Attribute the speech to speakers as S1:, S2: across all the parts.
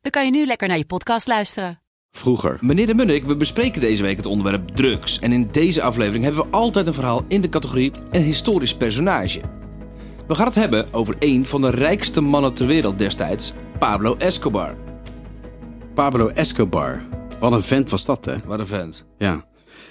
S1: dan kan je nu lekker naar je podcast luisteren.
S2: Vroeger.
S3: Meneer de Munnik, we bespreken deze week het onderwerp drugs. En in deze aflevering hebben we altijd een verhaal in de categorie een historisch personage. We gaan het hebben over een van de rijkste mannen ter wereld destijds, Pablo Escobar.
S2: Pablo Escobar. Wat een vent was dat, hè?
S3: Wat een vent.
S2: Ja.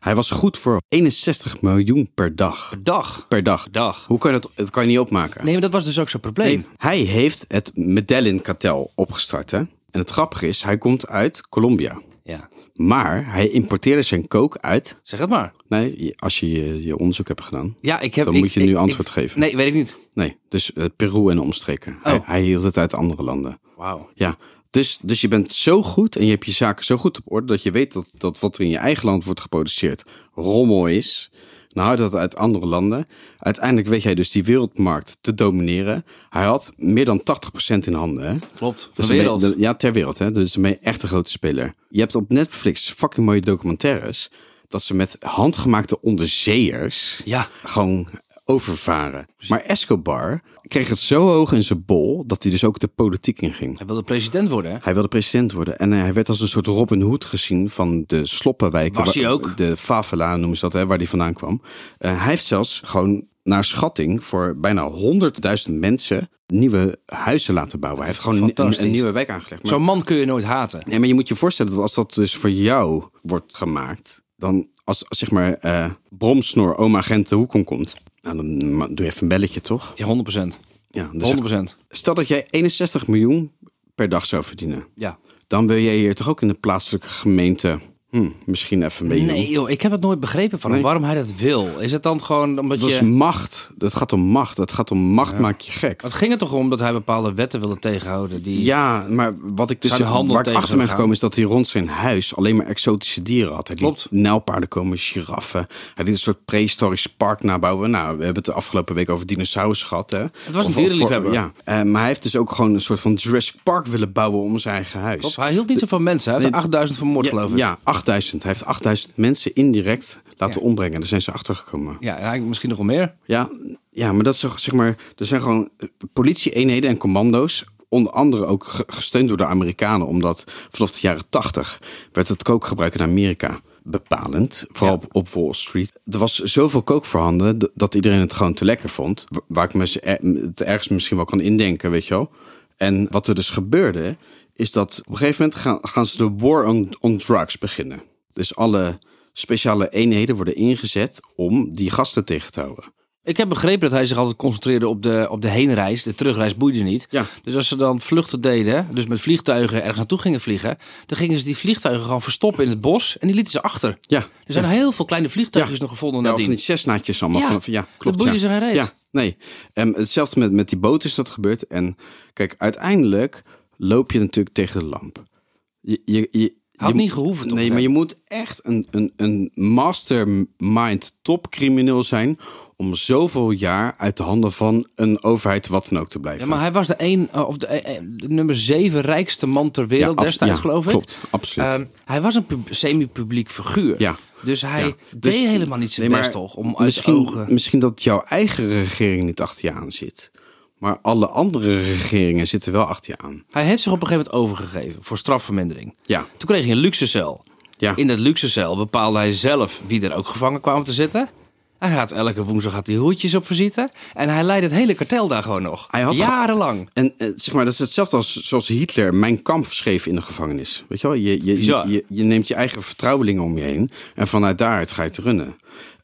S2: Hij was goed voor 61 miljoen per dag.
S3: Dag.
S2: Per dag.
S3: Dag.
S2: Hoe kan je dat, dat kan je niet opmaken?
S3: Nee, maar dat was dus ook zo'n probleem.
S2: Nee, Hij heeft het Medellin-kartel opgestart, hè? En het grappige is, hij komt uit Colombia.
S3: Ja.
S2: Maar hij importeerde zijn coke uit...
S3: Zeg het maar.
S2: Nee, je- als je je, je onderzoek hebt gedaan...
S3: Ja, ik heb,
S2: Dan
S3: ik-
S2: moet je
S3: ik-
S2: nu
S3: ik-
S2: antwoord geven.
S3: Nee, Oh. weet ik niet.
S2: Nee, dus eh, Peru en omstreken. Hij, hij hield het uit andere landen.
S3: Wauw.
S2: Ja, dus, dus je bent zo goed en je hebt je zaken zo goed op orde dat je weet dat, dat wat er in je eigen land wordt geproduceerd rommel is. Dan haal je dat uit andere landen. Uiteindelijk weet jij dus die wereldmarkt te domineren. Hij had meer dan 80% in handen. Hè?
S3: Klopt. Van
S2: Dus
S3: de
S2: dan ben je-
S3: wereld.
S2: de- ja, ter wereld. Hè? Dus dan ben je echt een grote speler. Je hebt op Netflix fucking mooie documentaires. Dat ze met handgemaakte onderzeeërs
S3: Ja.
S2: gewoon overvaren. Maar Escobar kreeg het zo hoog in zijn bol dat hij dus ook de politiek inging.
S3: Hij wilde president worden, hè?
S2: Hij wilde president worden en eh, hij werd als een soort Robin Hood gezien van de sloppenwijken.
S3: Was hij
S2: wa-
S3: ook?
S2: De favela noemen ze dat, hè, waar hij vandaan kwam. Eh, hij heeft zelfs gewoon naar schatting voor bijna 100.000 mensen nieuwe huizen laten bouwen. Hij heeft gewoon een- een,
S3: fantastisch.
S2: een nieuwe wijk aangelegd. Maar,
S3: Zo'n man kun je nooit haten.
S2: nee, maar je moet je voorstellen dat als dat dus voor jou wordt gemaakt, dan als, als zeg maar eh bromsnor oma Gent de hoek om komt, nou, dan ma- doe je even een belletje toch?
S3: Ja, 100%.
S2: Ja, dus
S3: 100%.
S2: Stel dat jij 61 miljoen per dag zou verdienen.
S3: Ja.
S2: Dan wil jij hier toch ook in de plaatselijke gemeente hm, misschien even meedoen.
S3: Nee, joh, ik heb het nooit begrepen van hem, waarom hij dat wil. Is het dan gewoon omdat
S2: Dat
S3: je...
S2: is macht. Dat gaat om macht. Dat gaat om macht, maak je gek.
S3: Het ging er toch om dat hij bepaalde wetten wilde tegenhouden die...
S2: Ja, maar wat ik dus
S3: Zijn handel
S2: waar ik
S3: tegen
S2: achter ben
S3: gaan.
S2: gekomen is dat hij rond zijn huis alleen maar exotische dieren had. Hij liet
S3: Klopt.
S2: Nijlpaarden komen, giraffen. Hij liet een soort prehistorisch park nabouwen. Nou, we hebben het de afgelopen week over dinosaurus gehad. Hè? Het
S3: was een dierenliefhebber.
S2: Ja, Eh, maar hij heeft dus ook gewoon een soort van Jurassic Park willen bouwen om zijn eigen huis.
S3: Klopt, hij hield niet zo van mensen. Hij heeft
S2: Nee.
S3: 8000 vermoord,
S2: Ja,
S3: geloof ik.
S2: ja, 8000. Hij heeft 8000 mensen indirect laten ombrengen. Daar zijn ze achter gekomen.
S3: Ja, en eigenlijk misschien nog wel meer.
S2: Ja, ja, maar dat is toch, zeg maar, er zijn gewoon eh, politie-eenheden en commando's. Onder andere ook ge- gesteund door de Amerikanen, omdat vanaf de jaren 80 werd het kookgebruik in Amerika bepalend. Vooral op, op Wall Street. Er was zoveel kook voorhanden d- dat iedereen het gewoon te lekker vond. Wa- Waar ik me z- eh, m- het ergens misschien wel kan indenken, weet je wel. En wat er dus gebeurde, is dat op een gegeven moment gaan, gaan ze de war on, on drugs beginnen. Dus alle speciale eenheden worden ingezet om die gasten tegen te houden.
S3: Ik heb begrepen dat hij zich altijd concentreerde op de, op de heenreis. De terugreis boeide niet.
S2: Ja.
S3: Dus als ze dan vluchten deden, dus met vliegtuigen ergens naartoe gingen vliegen... dan gingen ze die vliegtuigen gewoon verstoppen in het bos en die lieten ze achter.
S2: Ja.
S3: Er zijn heel veel kleine vliegtuigjes nog gevonden
S2: ja, of
S3: nadien.
S2: van die Cessnaatjes allemaal.
S3: Ja,
S2: van, van- ja
S3: dat
S2: klopt.
S3: boeien
S2: ja.
S3: ze geen reet.
S2: Ja, nee. Ehm, hetzelfde met, met die boot is dat gebeurd. En kijk, uiteindelijk loop je natuurlijk tegen de lamp. Je, je, je,
S3: Had
S2: je-
S3: niet gehoeven, toch?
S2: Nee, maar je moet echt een, een, een mastermind topcrimineel zijn... om zoveel jaar uit de handen van een overheid wat dan ook te blijven.
S3: Ja, maar hij was de, een, eh, of de, eh, eh, de nummer zeven rijkste man ter wereld
S2: Ja, abs-
S3: destijds,
S2: ja,
S3: geloof ik.
S2: klopt, absoluut.
S3: Ehm, hij was een pub- semi-publiek figuur.
S2: Ja.
S3: Dus hij
S2: Ja.
S3: deed
S2: Dus-
S3: helemaal niet zijn
S2: Nee, maar
S3: best toch om uit
S2: misschien,
S3: de ogen...
S2: Misschien dat jouw eigen regering niet achter je aan zit. Maar alle andere regeringen zitten wel achter je aan.
S3: Hij heeft zich op een gegeven moment overgegeven voor strafvermindering.
S2: Ja.
S3: Toen kreeg hij een luxe cel.
S2: Ja.
S3: In dat luxe cel bepaalde hij zelf wie er ook gevangen kwam te zitten. Hij had elke woensdag had hij hoedjes op visite. En hij leidde het hele kartel daar gewoon nog.
S2: Hij had ge-
S3: Jarenlang.
S2: En eh, zeg maar, dat is hetzelfde als zoals Hitler mijn kamp schreef in de gevangenis. Weet je wel, je, je,
S3: Bizar.
S2: je, je neemt je eigen vertrouwelingen om je heen en vanuit daaruit ga je te runnen.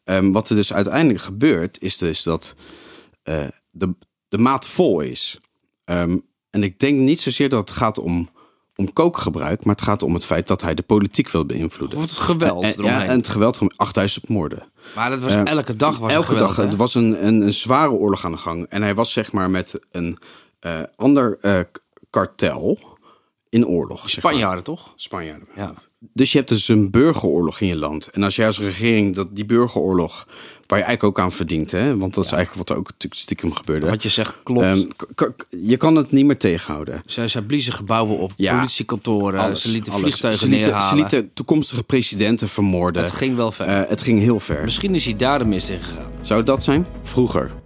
S2: Ehm, wat er dus uiteindelijk gebeurt, is dus dat eh, de, de maat vol is. Ehm, en ik denk niet zozeer dat het gaat om, om kookgebruik, maar het gaat om het feit dat hij de politiek wil beïnvloeden.
S3: Of het geweld
S2: en, en- Eh, ja,
S3: eromheen.
S2: en het geweld om 8000 moorden.
S3: Maar dat was
S2: Eh,
S3: elke dag was er
S2: elke
S3: geweld,
S2: dag.
S3: hè?
S2: Het was een, een, een zware oorlog aan de gang. En hij was zeg maar met een eh, ander eh, k- kartel in oorlog. zeg maar.
S3: Spanjaarden toch?
S2: Spanjaarden.
S3: Ja.
S2: Dus je hebt dus een burgeroorlog in je land. En als jij als regering dat, die burgeroorlog, waar je eigenlijk ook aan verdient, hè, want dat is eigenlijk wat er ook natuurlijk stiekem gebeurde.
S3: Wat je zegt klopt.
S2: Ehm, k- k- je kan het niet meer tegenhouden.
S3: zij, zij bliezen gebouwen op,
S2: Ja.
S3: politiekantoren, ze lieten
S2: alles.
S3: vliegtuigen
S2: ze lieten,
S3: neerhalen.
S2: ze lieten toekomstige presidenten vermoorden.
S3: Het ging wel ver.
S2: Eh, het ging heel ver.
S3: Misschien is hij daar de mist in gegaan.
S2: Zou dat zijn? Vroeger.